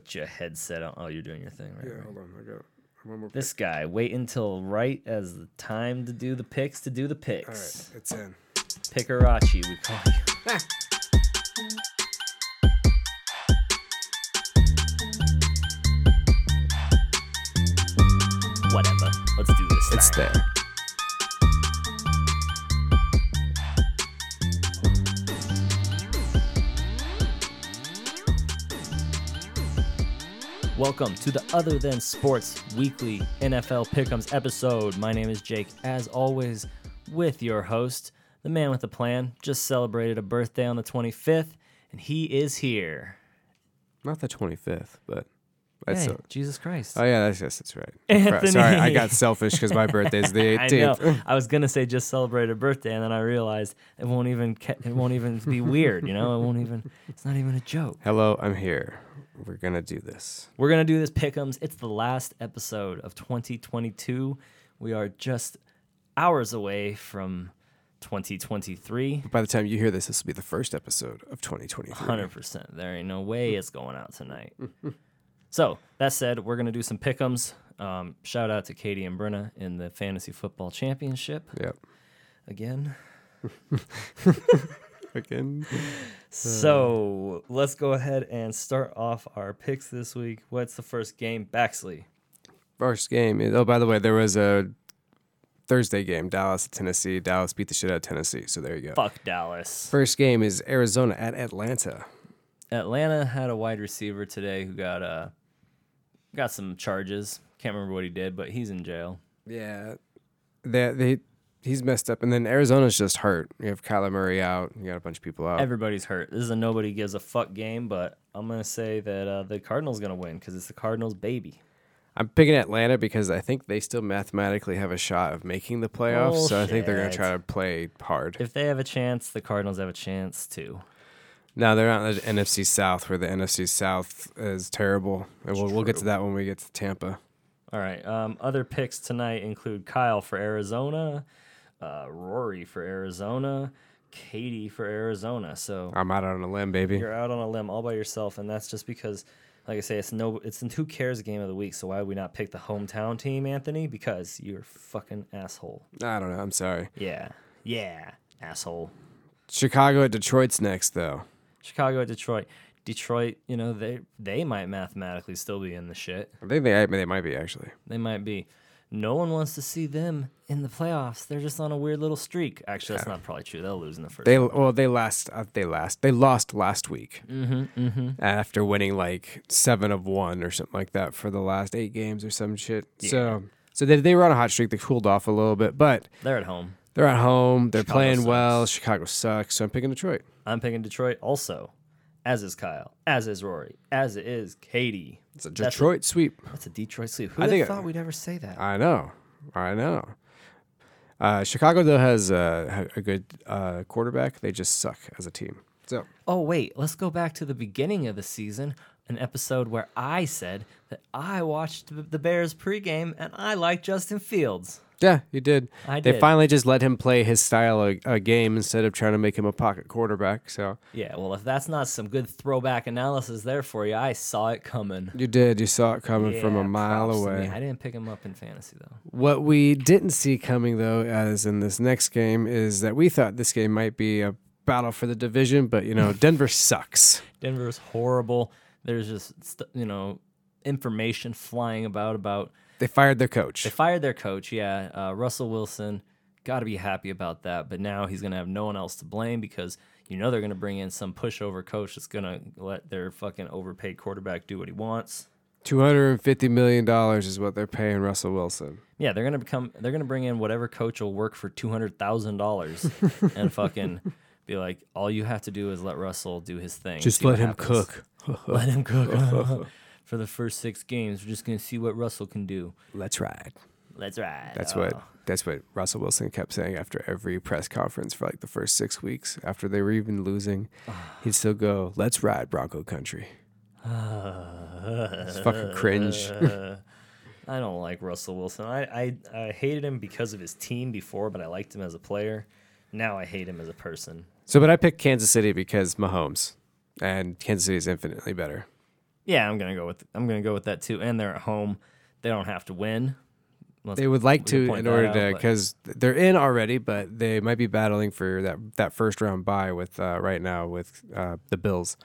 Put your headset on. Oh, you're doing your thing, right? Yeah, right. hold on. I got one more. This guy, wait until right as the time to do the picks to do the All picks. right, it's in. Pickerachi, we call you. Whatever. Let's do this. It's thing. there. Welcome to the Other Than Sports Weekly NFL Pickums episode. My name is Jake, as always, with your host, the man with the plan. Just celebrated a birthday on the 25th, and he is here. Not the 25th, but that's hey, a- Jesus Christ. Oh yeah, that's yes, that's right. Anthony. Sorry, I got selfish because my birthday's the I know. 18th. I was gonna say just celebrate a birthday, and then I realized it won't even ca- it won't even be weird. You know, it won't even. It's not even a joke. Hello, I'm here. We're gonna do this. We're gonna do this pickums. It's the last episode of 2022. We are just hours away from 2023. By the time you hear this, this will be the first episode of 2023. Hundred percent. There ain't no way it's going out tonight. so that said, we're gonna do some pickums. Um, shout out to Katie and Brenna in the fantasy football championship Yep. again. Again. So let's go ahead and start off our picks this week. What's the first game? Baxley. First game. is- Oh, by the way, there was a Thursday game. Dallas, Tennessee. Dallas beat the shit out of Tennessee. So there you go. Fuck Dallas. First game is Arizona at Atlanta. Atlanta had a wide receiver today who got uh got some charges. Can't remember what he did, but he's in jail. Yeah, they, they he's messed up, and then Arizona's just hurt. You have Kyler Murray out. You got a bunch of people out. Everybody's hurt. This is a nobody gives a fuck game, but I'm gonna say that uh, the Cardinals gonna win because it's the Cardinals' baby. I'm picking Atlanta because I think they still mathematically have a shot of making the playoffs. So I think they're gonna Bullshit. try to play hard. If they have a chance, the Cardinals have a chance too. no, they're not in the NFC South, where the NFC South is terrible. And we'll, we'll get to that when we get to Tampa. All right. Um, other picks tonight include Kyle for Arizona, uh, Rory for Arizona, Katie for Arizona. So I'm out on a limb, baby. you're out on a limb all by yourself, and that's just because, like I say, it's no, it's in who cares game of the week. So why would we not pick the hometown team, Anthony? Because you're a fucking asshole. I don't know. I'm sorry. Yeah, yeah, asshole. Chicago at Detroit's next, though. Chicago, Detroit, Detroit. You know they they might mathematically still be in the shit. I think they they might be actually. They might be. No one wants to see them in the playoffs. They're just on a weird little streak. Actually, that's not probably true. They'll lose in the first. They well, they last. Uh, they last. They lost last week Mm-hmm, after winning like seven of one or something like that for the last eight games or some shit. So so they they were on a hot streak. They cooled off a little bit, but They're at home. they're at home. They're Chicago playing sucks. well. Chicago sucks. So I'm picking Detroit. I'm picking Detroit also, as is Kyle, as is Rory, as it is Katie. It's a That's Detroit sweep. That's a Detroit sleep. Who I I think- thought we'd ever say that? I know. I know. Uh, Chicago though has uh, ha- a good uh, quarterback. They just suck as a team. So oh wait, let's go back to the beginning of the season, an episode where I said that I watched the- the Bears pregame and I like Justin Fields. Yeah, you did. I they did. finally just let him play his style of a game instead of trying to make him a pocket quarterback. So Yeah, well, if that's not some good throwback analysis there for you, I saw it coming. you did. You saw it coming from Yeah, a mile props to me. I away. didn't pick him up in fantasy though. What we didn't see coming, though, as in this next game, is that we thought this game might be a battle for the division, but you know, Denver sucks. Denver's horrible. There's just st- you know information flying about about They fired their coach. they fired their coach. Yeah, uh, Russell Wilson. Got to be happy about that. But now he's gonna have no one else to blame because you know they're gonna bring in some pushover coach that's gonna let their fucking overpaid quarterback do what he wants. Two hundred and fifty million dollars is what they're paying Russell Wilson. Yeah, they're gonna become. They're gonna bring in whatever coach will work for two hundred thousand dollars and fucking be like, all you have to do is let Russell do his thing. see what happens." Let him cook. for the first six games, we're just gonna see what Russell can do. Let's ride. Let's ride. That's Uh, what that's what Russell Wilson kept saying after every press conference for like the first six weeks after they were even losing. He'd still go, "Let's ride Bronco Country." it's fucking cringe. I don't like Russell Wilson. I, I I hated him because of his team before, but I liked him as a player. Now I hate him as a person. so, but I picked Kansas City because Mahomes, and Kansas City is infinitely better. Yeah, I'm gonna go with I'm gonna go with that too. And they're at home; they don't have to win. Let's- They would like we can to point in that order out, to but- because they're in already, but they might be battling for that that first round bye with uh, right now with uh, the Bills,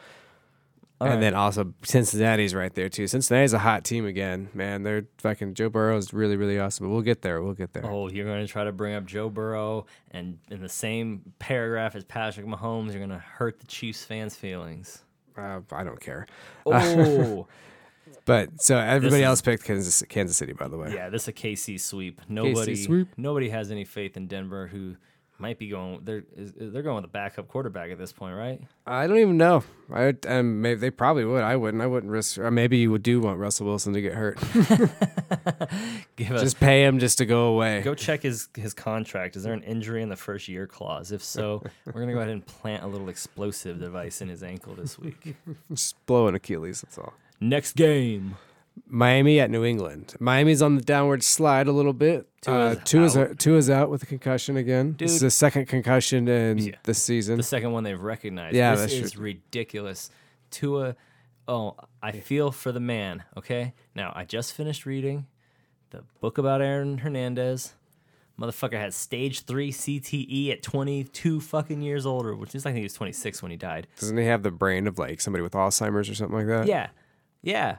All and right. then also Cincinnati's right there too. Cincinnati's a hot team again, man. They're fucking Joe Burrow's really really awesome, but we'll get there. We'll get there. Oh, you're going to try to bring up Joe Burrow, and in the same paragraph as Patrick Mahomes, you're going to hurt the Chiefs fans' feelings. Uh, I don't care. Oh, But so everybody is- else picked Kansas, Kansas City, by the way. yeah, this is a KC sweep. Nobody, sweep. nobody has any faith in Denver, who might be going. They're is, they're going with a backup quarterback at this point, right? I don't even know. I um, maybe they probably would. I wouldn't. I wouldn't risk. Or maybe you would do want Russell Wilson to get hurt. Give us just pay him just to go away. go check his his contract. Is there an injury in the first year clause? If so, we're going to go ahead and plant a little explosive device in his ankle this week. Just blow an Achilles. That's all. Next game. Miami at New England. Miami's on the downward slide a little bit. Tua's Tua's out. out. Tua's out with a concussion again. This is Dude. the second concussion in Yeah. this season. the second one they've recognized. Yeah, this that's is ridiculous. Tua, oh, I feel for the man. Okay, now I just finished reading the book about Aaron Hernandez. Motherfucker had stage three CTE at 22 fucking years older, which is I think he was 26 when he died. Doesn't he have the brain of like somebody with Alzheimer's or something like that? Yeah, yeah,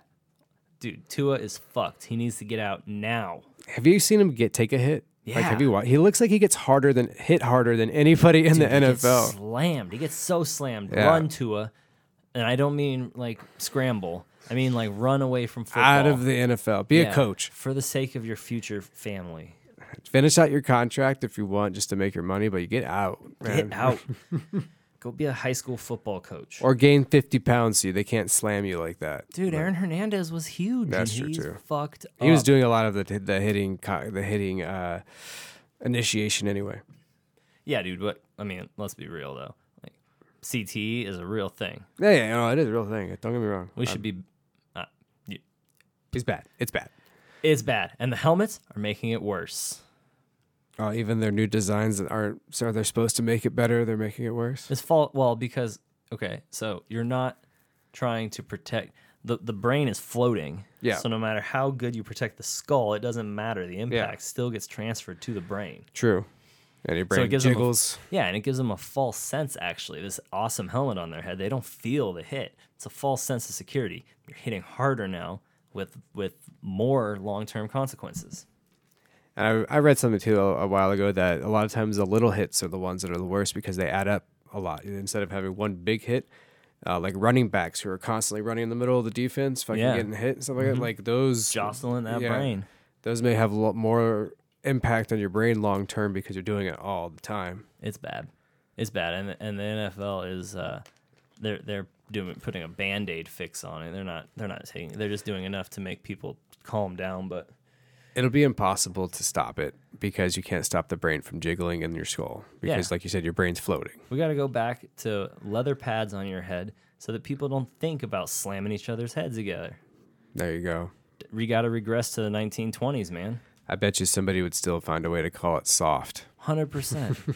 dude, Tua is fucked. He needs to get out now. Have you seen him get take a hit? Like Yeah. have you watched? He looks like he gets harder than hit harder than anybody in the He gets NFL. slammed. He gets so slammed. Yeah. Run Tua, and I don't mean like scramble. I mean like run away from football. Out of the NFL. Be a Yeah, coach. for the sake of your future family. Finish out your contract if you want, just to make your money, but you get out. Get man. out. Go be a high school football coach. Or gain fifty pounds so you- they can't slam you like that. Dude, Aaron Hernandez was huge. That's true, and he's too. Fucked. He was up. doing a lot of the the hitting co- the hitting uh, initiation anyway. yeah, dude. But I mean, let's be real though. Like, CTE is a real thing. Yeah, yeah, no, it is a real thing. Don't get me wrong. We should be. Uh, y- It's bad. It's bad. it's bad, and the helmets are making it worse. Uh, even their new designs that aren't so they're supposed to make it better. They're making it worse. It's fault. Well, because okay, so you're not trying to protect the the brain is floating. Yeah. So no matter how good you protect the skull, it doesn't matter. The impact still gets transferred to the brain. True. And your brain it gives them a- jiggles. Yeah, and it gives them a false sense, actually. This awesome helmet on their head, they don't feel the hit. It's a false sense of security. You're hitting harder now with with more long term consequences. And I, I read something too a, a while ago that a lot of times the little hits are the ones that are the worst because they add up a lot. And Instead of having one big hit, uh, like running backs who are constantly running in the middle of the defense, fucking Yeah. Mm-hmm. getting hit and stuff like that, like those Jostling that yeah, brain. Those may have a lot more impact on your brain long term because you're doing it all the time. It's bad. It's bad. And and the NFL is uh they're they're doing putting a band aid fix on it. They're not they're not taking they're just doing enough to make people calm down, but It'll be impossible to stop it because you can't stop the brain from jiggling in your skull because, like you said, your brain's floating. we gotta go back to leather pads on your head so that people don't think about slamming each other's heads together. There you go. we got to regress to the 1920s, man. I bet you somebody would still find a way to call it soft. 100%.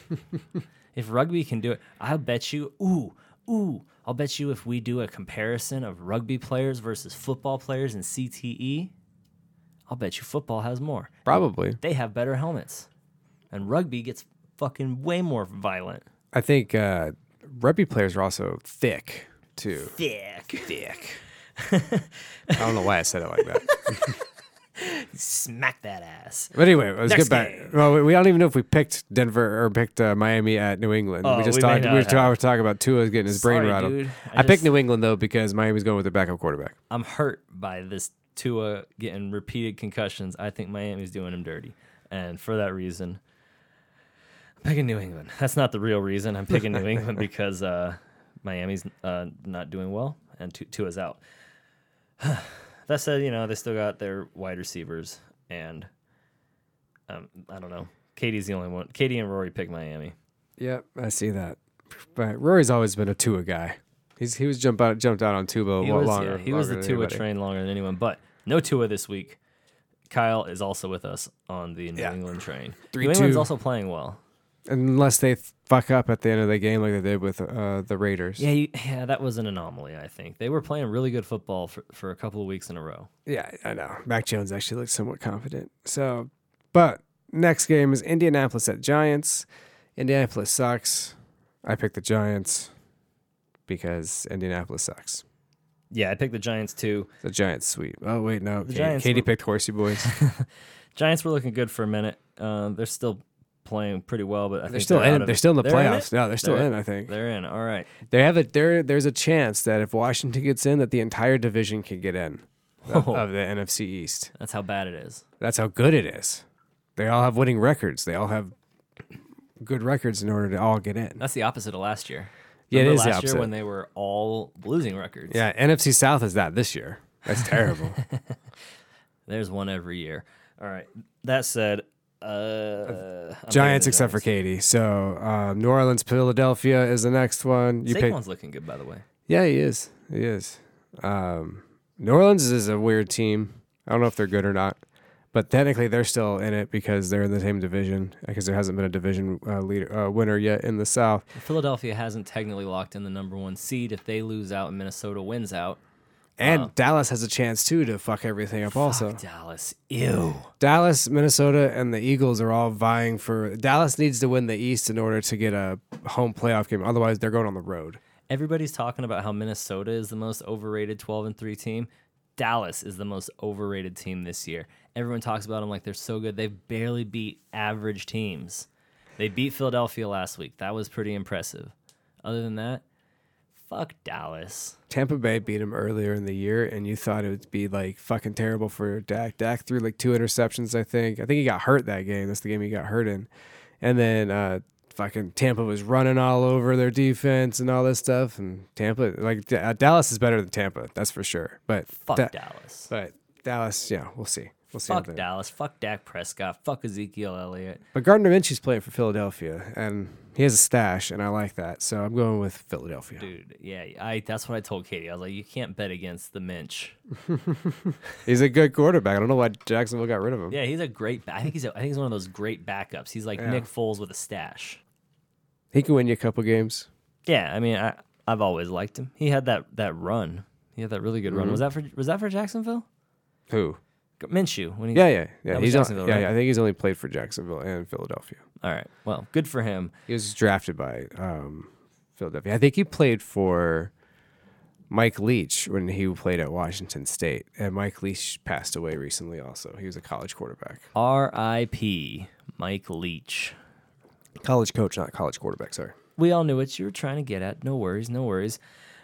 if rugby can do it, I'll bet you, ooh, ooh, I'll bet you if we do a comparison of rugby players versus football players in CTE, I'll bet you football has more. Probably. They have better helmets. And rugby gets fucking way more violent. I think uh, rugby players are also thick too. Thick. Thick. I don't know why I said it like that. Smack that ass. But anyway, let's Next get back. game. Well, we- we don't even know if we picked Denver or picked uh, Miami at New England. Oh, we just we may talked. We not were have. talking, talking about Tua getting his brain Sorry, rattled. dude. I, I picked just- New England though because Miami's going with a backup quarterback. I'm hurt by this Tua getting repeated concussions. I think Miami's doing him dirty. And for that reason, I'm picking New England. That's not the real reason. I'm picking New England because uh, Miami's uh, not doing well and Tu- Tua's out. that said, you know, they still got their wide receivers. And um, I don't know. Katie's the only one. Katie and Rory picked Miami. Yep, I see that. But Rory's always been a Tua guy. He's he was jump out jumped out on Tua a He lot was, longer. yeah, he was the longer Tua than anybody. train longer than anyone, but no Tua this week. Kyle is also with us on the New Yeah. England train. Three, New England's two. also playing well. unless they fuck up at the end of the game like they did with uh, the Raiders. Yeah, you, yeah, that was an anomaly. I think they were playing really good football for, for a couple of weeks in a row. Yeah, I know. Mac Jones actually looked somewhat confident. So, but next game is Indianapolis at Giants. Indianapolis sucks. I picked the Giants because Indianapolis sucks. Yeah, I picked the Giants too. The Giants sweep. Oh wait, no. The Katie, Giants Katie were- picked Horsey Boys. Giants were looking good for a minute. Um, they're still playing pretty well, but I they're think still they're out in. of They're it. still in the They're in playoffs. it? no, they're still They're- in. I think They're in. All right. they have a there. There's a chance that if Washington gets in, that the entire division can get in of, Whoa. of the NFC East. That's how bad it is. That's how good it is. They all have winning records. They all have good records in order to all get in. That's the opposite of last year. Yeah, it Remember is the last year opposite. when they were all losing records. Yeah, NFC South is that this year. That's terrible. There's one every year. All right. That said, uh, Giants, except for Katie. So um, New Orleans, Philadelphia is the next one. You pick. Saquon's looking good, by the way. Yeah, he is. He is. Um, New Orleans is a weird team. I don't know if they're good or not, but technically they're still in it because they're in the same division. Because there hasn't been a division uh, leader uh, winner yet in the South. Philadelphia hasn't technically locked in the number one seed. If they lose out and Minnesota wins out, And Dallas has a chance too to fuck everything up. also, Dallas. Ew. Dallas, Minnesota, and the Eagles are all vying for. Dallas needs to win the East in order to get a home playoff game. Otherwise, they're going on the road. Everybody's talking about how Minnesota is the most overrated 12 and 3 team. Dallas is the most overrated team this year. Everyone talks about them like they're so good. They've barely beat average teams. They beat Philadelphia last week. That was pretty impressive. Other than that, fuck Dallas. Tampa Bay beat him earlier in the year, and you thought it would be like fucking terrible for Dak. Dak threw like two interceptions, I think. I think he got hurt that game. That's the game he got hurt in. And then uh, fucking Tampa was running all over their defense and all this stuff. And Tampa, like D- uh, Dallas, is better than Tampa, that's for sure. But Fuck Da- Dallas. but Dallas, yeah, we'll see. We'll see. how Fuck they- Dallas. Fuck Dak Prescott. Fuck Ezekiel Elliott. But Gardner Minshew's playing for Philadelphia, and he has a stash, and I like that. So I'm going with Philadelphia. Dude, yeah, I that's what I told Katie. I was like, you can't bet against the Minch. He's a good quarterback. I don't know why Jacksonville got rid of him. Yeah, he's a great. Ba- I think he's. A, I think he's one of those great backups. He's like Nick Foles with a stash. He can win you a couple games. Yeah, I mean, I I've always liked him. He had that that run. He had that really good run. Was that for was that for Jacksonville? Who? G- Minshew when he Yeah, yeah, yeah. That was He's on, Jacksonville, yeah, right? yeah, I think he's only played for Jacksonville and Philadelphia. All right. Well, good for him. He was drafted by um, Philadelphia. I think he played for Mike Leach when he played at Washington State, and Mike Leach passed away recently. Also, he was a college quarterback, R.I.P. Mike Leach. college coach, not college quarterback. Sorry. We all knew what you were trying to get at. No worries. No worries.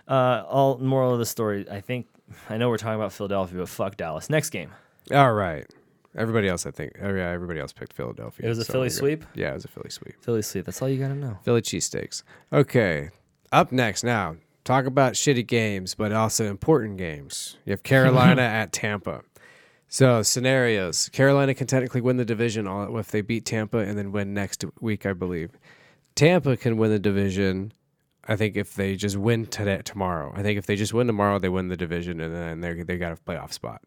Uh, all moral of the story. I think I know we're talking about Philadelphia, but fuck Dallas. Next game. All right. Everybody else, I think. oh, yeah, everybody else picked Philadelphia. It was a so Philly we're good. sweep? Yeah, it was a Philly sweep. Philly sleep. That's all you gotta know. Philly cheesesteaks. Okay. Up next now, talk about shitty games, but also important games. You have Carolina at Tampa. So scenarios. Carolina can technically win the division all if they beat Tampa and then win next week, I believe. Tampa can win the division. I think if they just win today tomorrow. I think if they just win tomorrow, they win the division and then they they got a playoff spot.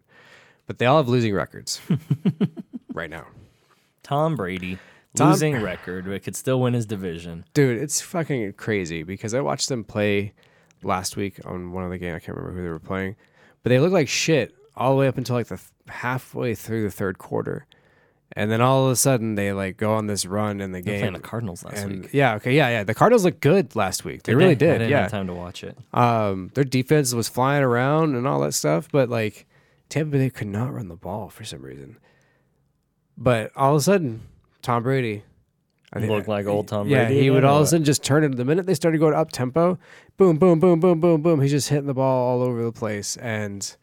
But they all have losing records right now. Tom Brady Tom- losing record, but could still win his division. dude, it's fucking crazy because I watched them play last week on one of the game. I can't remember who they were playing, but they looked like shit all the way up until like the th- halfway through the third quarter, and then all of a sudden they like go on this run in the They're game. playing the Cardinals last and week. yeah, okay, yeah, yeah. The Cardinals looked good last week. They, really I did. didn't yeah, have time to watch it. um, their defense was flying around and all that stuff, but like Tampa Bay could not run the ball for some reason. But all of a sudden, Tom Brady, I think- Looked like old Tom yeah, Brady. he again, would or all of a what? sudden just turn it. The minute they started going up tempo, boom, boom, boom, boom, boom, boom. He's just hitting the ball all over the place, and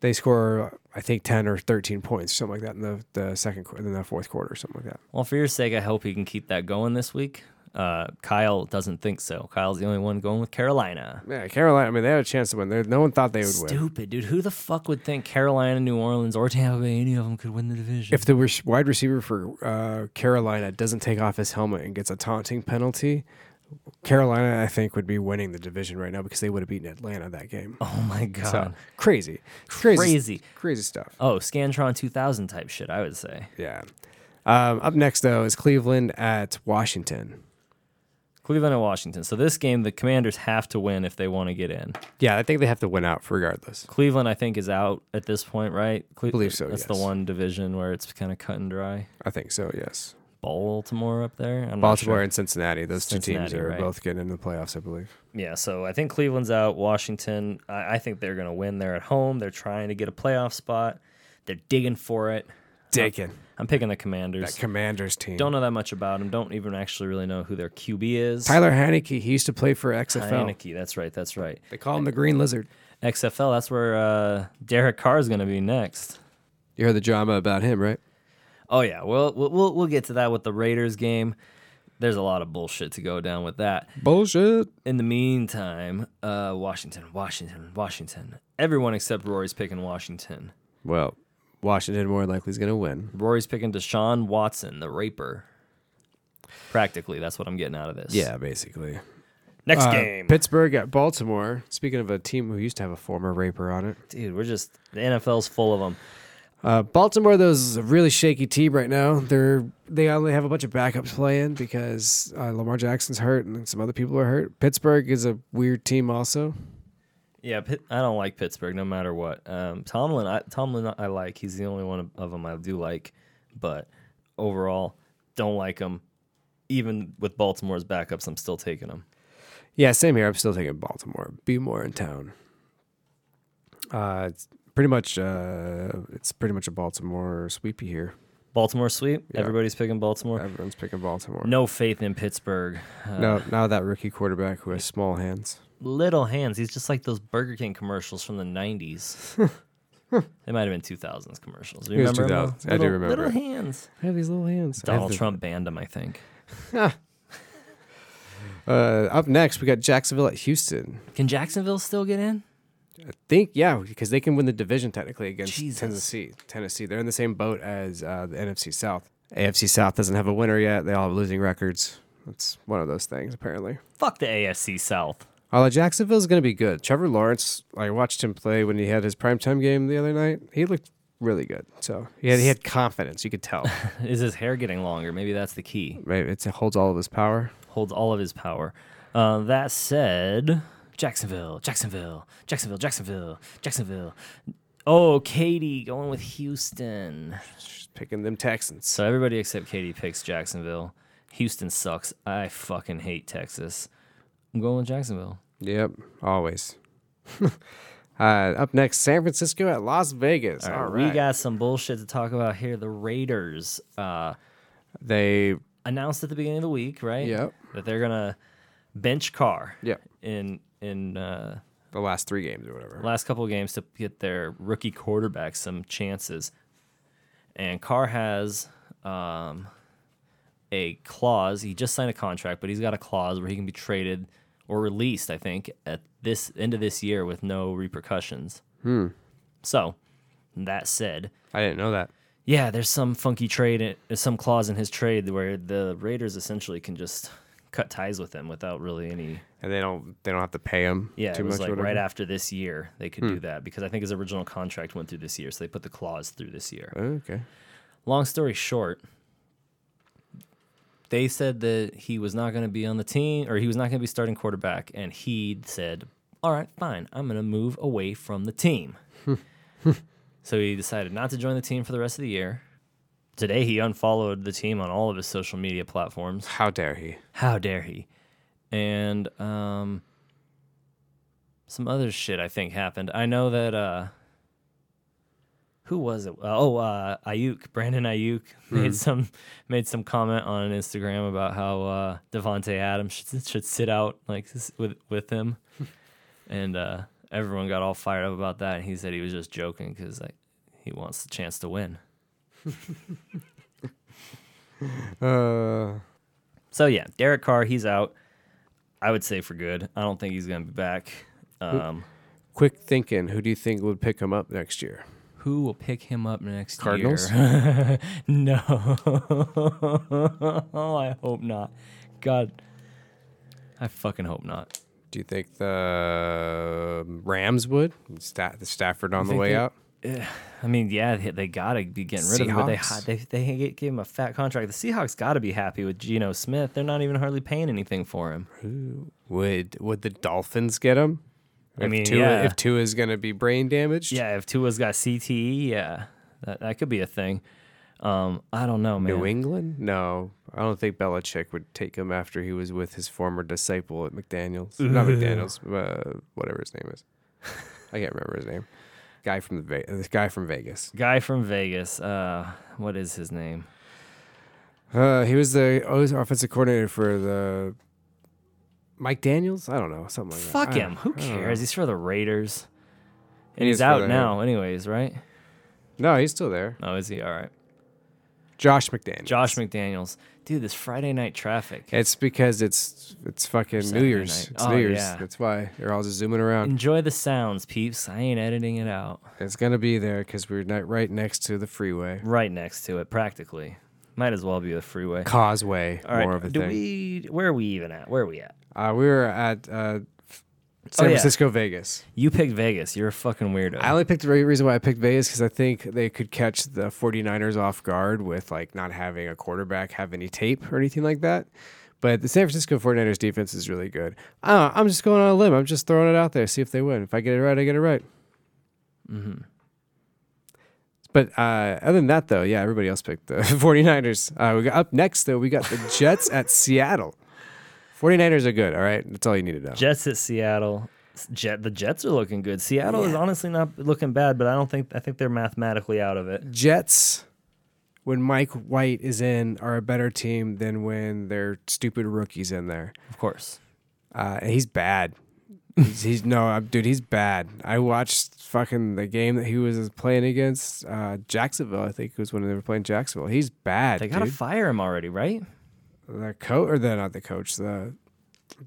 they score I think ten or thirteen points, something like that, in the the second quarter, in the fourth quarter, or something like that. Well, for your sake, I hope he can keep that going this week. Uh, Kyle doesn't think so. Kyle's the only one going with Carolina. Yeah, Carolina. I mean, they had a chance to win. They, no one thought they would win. Stupid, dude. Who the fuck would think Carolina, New Orleans, or Tampa Bay, any of them could win the division? If the re- wide receiver for uh, Carolina doesn't take off his helmet and gets a taunting penalty, Carolina I think would be winning the division right now because they would have beaten Atlanta that game. oh my god. So crazy, crazy, Crazy. crazy stuff. Oh, Scantron 2000 type shit, I would say. Yeah. Um, up next though is Cleveland at Washington. Cleveland and Washington. So this game, the Commanders have to win if they want to get in. Yeah, I think they have to win out regardless. Cleveland, I think, is out at this point, right? Cle- Believe so, That's yes. the one division where it's kind of cut and dry. I think so. Yes. Baltimore up there. I'm not Baltimore sure. and Cincinnati. Those two teams Cincinnati, are right. both getting into the playoffs, I believe. Yeah, so I think Cleveland's out. Washington, I, I think they're going to win. They're at home. They're trying to get a playoff spot. They're digging for it. Taken. I'm picking the Commanders. That Commanders team. Don't know that much about them. Don't even actually really know who their QB is. Tyler Haneke. He used to play for XFL. Heineke. That's right. That's right. They call him the Green Lizard. XFL. That's where uh, Derek Carr is going to be next. You heard the drama about him, right? Oh yeah, well we'll- we'll we'll get to that with the Raiders game. There's a lot of bullshit to go down with that. Bullshit. In the meantime, uh, Washington, Washington, Washington. Everyone except Rory's picking Washington. Well, Washington more likely is going to win. Rory's picking Deshaun Watson, the raper. Practically, that's what I'm getting out of this. Yeah, basically. Next Uh, game, Pittsburgh at Baltimore. Speaking of a team who used to have a former raper on it. dude. We're just the NFL's full of them. Uh, Baltimore, though, is a really shaky team right now. They're they only have a bunch of backups playing because uh, Lamar Jackson's hurt and some other people are hurt. Pittsburgh is a weird team, also. Yeah, Pitt, I don't like Pittsburgh no matter what. Um, Tomlin, I, Tomlin, I like. He's the only one of them I do like, but overall, don't like him. Even with Baltimore's backups, I'm still taking him. Yeah, same here. I'm still taking Baltimore. Be more in town. Uh, it's pretty much uh, it's pretty much a Baltimore sweepy here. Baltimore sweep. Everybody's picking Baltimore. Everyone's picking Baltimore. No faith in Pittsburgh. Uh, No, now that rookie quarterback who has small hands. Little hands. He's just like those Burger King commercials from the '90s. they might have been 2000s commercials. Do you It was remember 'em, though? 2000s. I do Little- remember Little it. hands. I have these little hands. Donald Trump banned him, I think. Uh, up next, we got Jacksonville at Houston. Can Jacksonville still get in? I think, yeah, because they can win the division technically against Jesus. Tennessee. Tennessee, they're in the same boat as uh, the NFC South. AFC South doesn't have a winner yet. They all have losing records. That's one of those things, apparently. Fuck the AFC South. Although Jacksonville's going to be good. Trevor Lawrence, I watched him play when he had his primetime game the other night. He looked really good. So yeah, he had confidence. You could tell. Is his hair getting longer? Maybe that's the key. Right, it's, it holds all of his power. Holds all of his power. Uh, that said, Jacksonville, Jacksonville, Jacksonville, Jacksonville, Jacksonville. Oh, Katie going with Houston. Just picking them Texans. So everybody except Katie picks Jacksonville. Houston sucks. I fucking hate Texas. I'm going with Jacksonville. Yep, always. uh, up next, San Francisco at Las Vegas. Uh, All right, We got some bullshit to talk about here. The Raiders uh, they. announced at the beginning of the week, right? Yep. That they're gonna bench Carr. Yep, In in uh, the last three games or whatever. last couple of games to get their rookie quarterback some chances. And Carr has um, a clause. He just signed a contract, but he's got a clause where he can be traded or released. I think at this end of this year with no repercussions. Hmm. So that said, I didn't know that. yeah, there's some funky trade, in- there's some clause in his trade where the Raiders essentially can just cut ties with him without really any And they don't. They don't have to pay him. yeah, too it was much. or like whatever. Hmm. right after this year they could do that because I think his original contract went through this year, so they put the clause through this year. Oh, Okay. Long story short, they said that he was not going to be on the team or he was not going to be starting quarterback, and he said, "All right, fine, I'm going to move away from the team." so he decided not to join the team for the rest of the year. Today he unfollowed the team on all of his social media platforms. How dare he? How dare he? And um, some other shit I think happened. I know that uh, who was it? Uh, oh, uh, Ayuk, Brandon Ayuk made some made some comment on Instagram about how uh, Devonte Adams should, should sit out like s- with with him, and uh, everyone got all fired up about that. And he said he was just joking because like he wants the chance to win. Uh, So yeah, Derek Carr, he's out. I would say for good. I don't think he's gonna be back. Um, quick thinking. Who do you think would pick him up next year? Who will pick him up next Cardinals? year? no. I hope not. God. I fucking hope not. Do you think the um, Rams would? Sta- the Stafford on the think way they- out. eh, I mean, yeah, they, they gotta be getting rid of him. But they hi- Seahawks? they they g- gave him a fat contract. The Seahawks gotta be happy with Geno Smith. They're not even hardly paying anything for him. Who- Would would the Dolphins get him? I if mean, Tua, yeah. if Tua is going to be brain damaged, Yeah, if Tua's got CTE, yeah, that that could be a thing. Um, I don't know, man. New England? No, I don't think Belichick would take him after he was with his former disciple at McDaniel's. Not McDaniel's, uh, whatever his name is. I can't remember his name. Guy from the Ve- uh, this guy from Vegas. Guy from Vegas. Uh, what is his name? Uh, he was the oh, he was offensive coordinator for the Mike Daniels. I don't know something like that. Fuck I him. don't- Who I don't know. cares? He's for the Raiders. And He he's is for out the- now, anyways, right? No, he's still there. Oh, is he? All right. Josh McDaniels. Josh McDaniels. Dude, this Friday night traffic. It's because it's it's fucking Saturday New Year's. night. It's Oh, New Year's. yeah. That's why they're all just zooming around. Enjoy the sounds, peeps. I ain't editing it out. It's gonna be there because we're ni- right next to the freeway Right next to it, practically. Might as well be the freeway. causeway. All right. more of a do thing. we? Where are we even at? Where are we at? Uh, we were at uh, San Oh, yeah. Francisco, Vegas. You picked Vegas. You're a fucking weirdo. I only picked the re- reason why I picked Vegas because I think they could catch the 49ers off guard with like not having a quarterback have any tape or anything like that. But the San Francisco 49ers defense is really good. I don't know, I'm just going on a limb. I'm just throwing it out there. See if they win. If I get it right, I get it right. Mm-hmm. But uh, other than that, though, yeah, everybody else picked the 49ers. Uh, we got up next, though, we got the Jets at Seattle. 49ers are good. All right. That's all you need to know. Jets at Seattle. S- Jet, the Jets are looking good. Seattle is honestly not looking bad, but I don't think I think they're mathematically out of it. Jets, when Mike White is in, are a better team than when their stupid rookie's in there. Of course. Uh, and he's bad. He's, he's no, I'm, dude, he's bad. I watched fucking the game that he was playing against uh, Jacksonville. I think it was when they were playing Jacksonville. He's bad, They dude. gotta fire him already, right? the coach, or the not the coach, the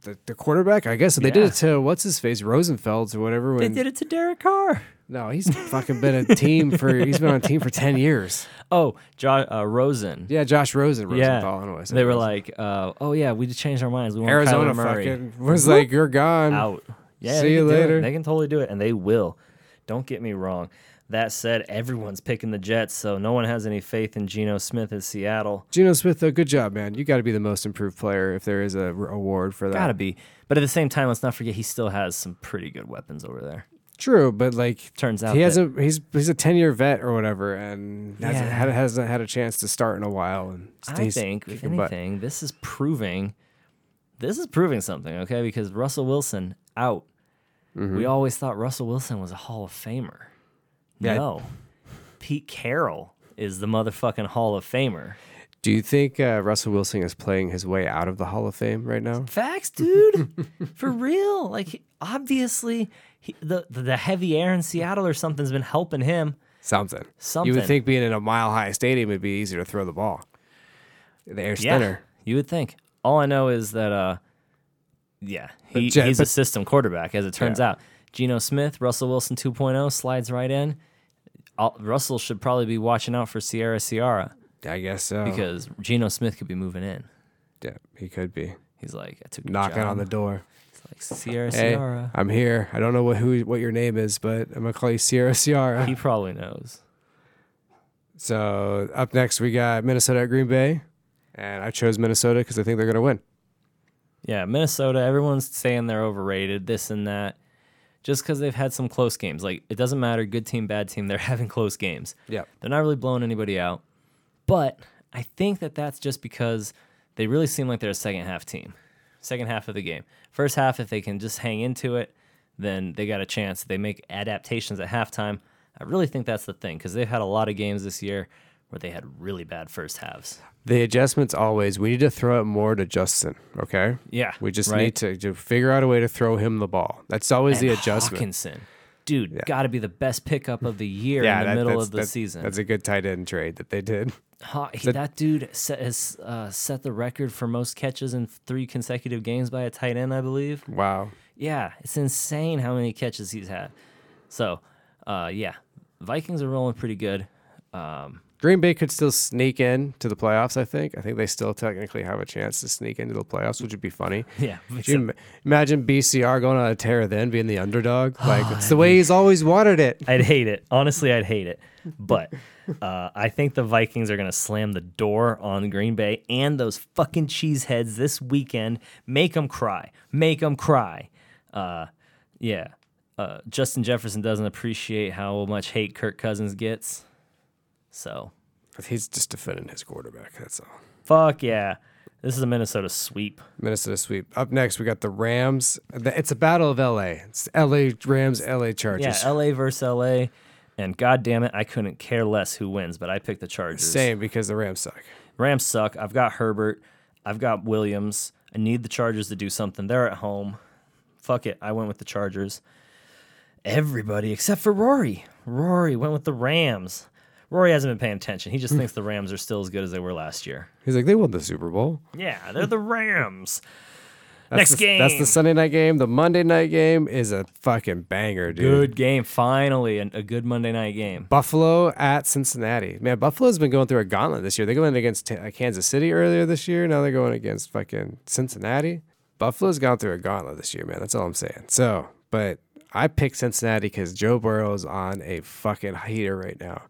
the, the quarterback. I guess they did Yeah. it to what's his face, Rosenfels or whatever. They When did it to Derek Carr. no, he's fucking been a team for he's been on a team for ten years. Oh, jo- uh, Rosen. Yeah, Josh Rosen, Rosenthal. Yeah. I don't know why I said They were Rosen. like, uh, "Oh yeah, we just changed our minds. We want Arizona Kyler Murray fucking was like, "You're gone." out." Yeah, See they you can do it. later. They can totally do it, and they will. Don't get me wrong. That said, everyone's picking the Jets, so no one has any faith in Geno Smith in Seattle. Geno Smith, though, good job, man. You got to be the most improved player if there is a r- award for that. Gotta be. But at the same time, let's not forget he still has some pretty good weapons over there. True, but like, Turns out he has that- a he's he's a ten year vet or whatever, and hasn't, Yeah. had, hasn't had a chance to start in a while. And I he's think, if kicking butt. anything, this is proving this is proving something, okay? Because Russell Wilson out. We Mm-hmm. always thought Russell Wilson was a Hall of Famer. Yeah. No. Pete Carroll is the motherfucking Hall of Famer. Do you think uh, Russell Wilson is playing his way out of the Hall of Fame right now? Facts, dude. For real. Like he- obviously he, the, the the heavy air in Seattle or something's been helping him. Something. You Something. would think being in a mile high stadium would be easier to throw the ball. The air's thinner. You would think. All I know is that, uh, yeah, he, Jet- he's a but- system quarterback, as it turns Yeah. out. Geno Smith, Russell Wilson 2.0 slides right in. All, Russell should probably be watching out for Sierra Ciara I guess so. because Geno Smith could be moving in. yeah, he could be He's like, I took your knocking job. on the door. It's like Sierra Hey, Ciara. I'm here. I don't know what who what your name is, but I'm gonna call you Sierra Ciara. He probably knows. So up next we got Minnesota at Green Bay, and I chose Minnesota because I think they're gonna win. Yeah, Minnesota, everyone's saying they're overrated, this and that, just because they've had some close games. Like, it doesn't matter, good team, bad team, they're having close games. Yeah, They're not really blowing anybody out. But I think that that's just because they really seem like they're a second half team, second half of the game. First half, if they can just hang into it, then they got a chance. They make adaptations at halftime. I really think that's the thing because they've had a lot of games this year where they had really bad first halves. the adjustments always. We need to throw it more to Justin. Okay. Yeah, We just right? need to, to figure out a way to throw him the ball. That's always the And adjustment. Hawkinson, dude, got to be the best pickup of the year in the that- middle that's- of the that's- season. That's a good tight end trade that they did. Ha- he- that dude set, has uh, set the record for most catches in three consecutive games by a tight end, I believe. Wow. Yeah, it's insane how many catches he's had. So, uh, yeah, Vikings are rolling pretty good. Um, Green Bay could still sneak in to the playoffs. I think. I think they still technically have a chance to sneak into the playoffs, which would be funny. Yeah. Could you im- imagine BCR going on a tear then being the underdog? Like it's the way he's always wanted it. I'd hate it. Honestly, I'd hate it. But uh, I think the Vikings are going to slam the door on Green Bay and those fucking cheeseheads this weekend. Make them cry. Make them cry. Uh, yeah. Uh, Justin Jefferson doesn't appreciate how much hate Kirk Cousins gets. So, But he's just defending his quarterback. That's all. fuck yeah. This is a Minnesota sweep. Minnesota sweep. Up next, we got the Rams. The- It's a battle of LA. It's LA Rams, LA Yeah, Chargers. LA versus LA. And god damn it, I couldn't care less who wins, but I picked the Chargers. Same because the Rams suck. Rams suck. I've got Herbert. I've got Williams. I need the Chargers to do something. They're at home. Fuck it. I went with the Chargers. Everybody except for Rory. Rory went with the Rams. Rory hasn't been paying attention. He just thinks the Rams are still as good as they were last year. He's like, they won the Super Bowl. Yeah, they're the Rams. That's Next the, That's game. the Sunday night game. The Monday night game is a fucking banger, dude. Good game. Finally, a, a good Monday night game. Buffalo at Cincinnati. Man, Buffalo's been going through a gauntlet this year. They went against T- uh, Kansas City earlier this year. Now they're going against fucking Cincinnati. Buffalo's gone through a gauntlet this year, man. That's all I'm saying. So, but I picked Cincinnati because Joe Burrow's on a fucking heater right now.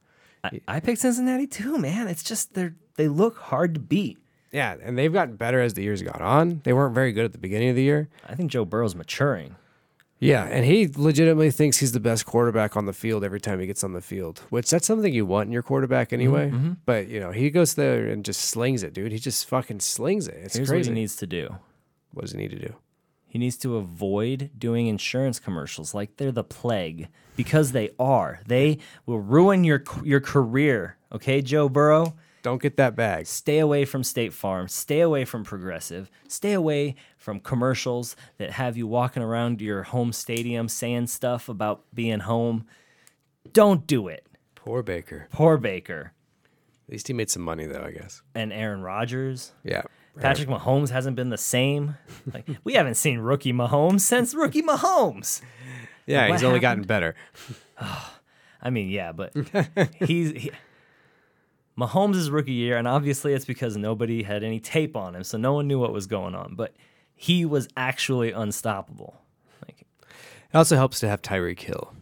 I, I picked Cincinnati too, man. It's just they're they look hard to beat. Yeah, and they've gotten better as the year's gone on. They weren't very good at the beginning of the year. I think Joe Burrow's maturing. Yeah, and he legitimately thinks he's the best quarterback on the field every time he gets on the field, which that's something you want in your quarterback anyway. But you know, he goes there and just slings it, dude. He just fucking slings it. It's Here's crazy. what he needs to do. What does he need to do? He needs to avoid doing insurance commercials like they're the plague because they are. They will ruin your your career. Okay, Joe Burrow, Don't get that bag. stay away from State Farm, stay away from Progressive, stay away from commercials that have you walking around your home stadium saying stuff about being home. Don't do it. Poor Baker. Poor Baker At least he made some money though, I guess. and Aaron Rodgers. Yeah. Patrick Mahomes hasn't been the same. Like we haven't seen rookie Mahomes since rookie Mahomes. Yeah, he's What only happened? gotten better. I mean, yeah, but he's he, Mahomes' rookie year, and obviously it's because nobody had any tape on him, so no one knew what was going on. But he was actually unstoppable. Like, It also helps to have Tyreek Hill.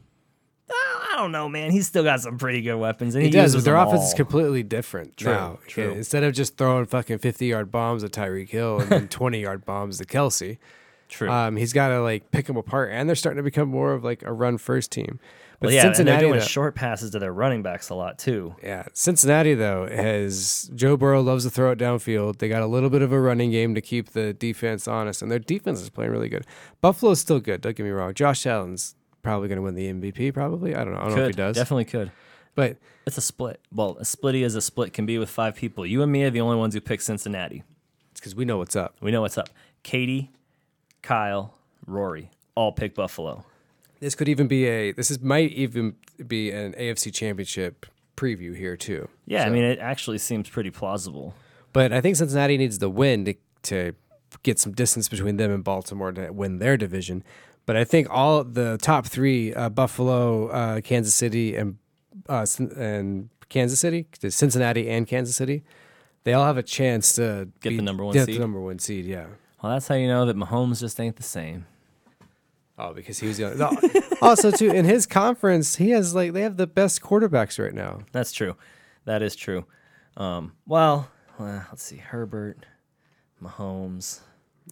oh, I don't know, man. He's still got some pretty good weapons, and he, He does, uses but their them offense is all. completely different. True, true. Instead of just throwing fucking 50 yard bombs at Tyreek Hill and then 20 yard bombs to Kelsey, true. um, he's got to like pick them apart. And they're starting to become more of like a run first team. But Well, yeah, and they're Cincinnati, uh, doing though, short passes to their running backs a lot too. yeah, Cincinnati though has Joe Burrow loves to throw it downfield. They got a little bit of a running game to keep the defense honest, and their defense is playing really good. Buffalo's still good. Don't get me wrong. Josh Allen's probably going to win the MVP. Probably. I don't know. I don't know if he does. definitely could. But It's a split. Well, a splitty as a split can be with five people. You and me are the only ones who pick Cincinnati. it's because we know what's up. We know what's up. Katie, Kyle, Rory, all pick Buffalo. This could even be a. This is might even be an AFC Championship preview here too. Yeah, I mean, it actually seems pretty plausible. But I think Cincinnati needs the win to, to get some distance between them and Baltimore to win their division. But I think all the top three uh, Buffalo, uh, Kansas City, and uh, Cin- and Kansas City, Cincinnati and Kansas City, they all have a chance to Get the number one get seed? the number one seed. Yeah. Well, that's how you know that Mahomes just ain't the same. Oh, because he was the only. No. also, too, in his conference, he has like they have the best quarterbacks right now. That's true. That is true. Um, well, uh, let's see. Herbert, Mahomes,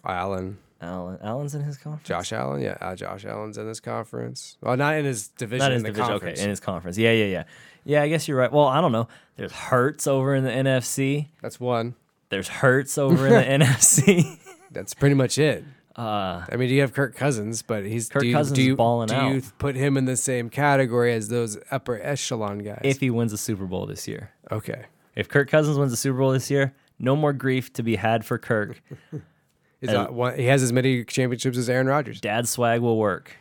Allen, Allen. Allen's in his conference. Josh Allen, yeah, uh, Josh Allen's in this conference. Well, not in his division, Not in his in the division. conference. Okay, in his conference. Yeah, yeah, yeah. Yeah, I guess you're right. Well, I don't know. There's Hurts over in the NFC. That's one. There's Hurts over in the NFC. That's pretty much it. I mean, do you have Kirk Cousins, but he's Uh, Kirk do you, Cousins do is you, balling do out. you put him in the same category as those upper echelon guys? If he wins the Super Bowl this year. okay, If Kirk Cousins wins the Super Bowl this year, no more grief to be had for Kirk. Is that one, he has as many championships as Aaron Rodgers. Dad swag will work.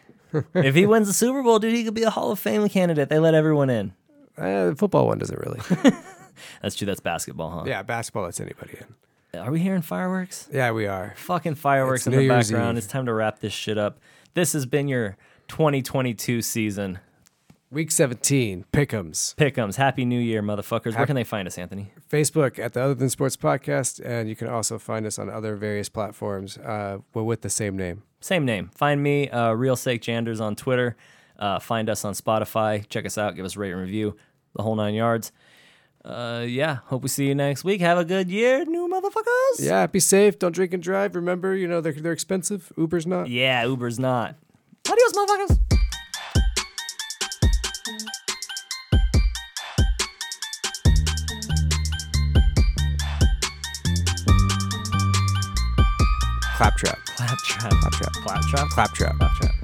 if he wins the Super Bowl, dude, he could be a Hall of Fame candidate. They let everyone in. Eh, the football one doesn't really. That's true. That's basketball, huh? yeah, basketball lets anybody in. Are we hearing fireworks? Yeah, we are. Fucking fireworks It's in New the Year's background. Eve. It's time to wrap this shit up. This has been your 2022 season. Week 17, Pick'ems. Pick'ems. Happy New Year, motherfuckers. Where can they find us, Anthony? Facebook at the Other Than Sports Podcast, and you can also find us on other various platforms uh, we're with the same name. Same name. Find me, uh, Real Sake Janders on Twitter. Uh, find us on Spotify. Check us out. Give us a rate and review. The whole nine yards. Uh, yeah. Hope we see you next week. Have a good year, new motherfuckers. Yeah, be safe. Don't drink and drive. Remember, you know, they're, they're expensive. Uber's not. Yeah, Uber's not. Adios, motherfuckers. Claptrap. Claptrap. Claptrap. Claptrap. Claptrap. Claptrap.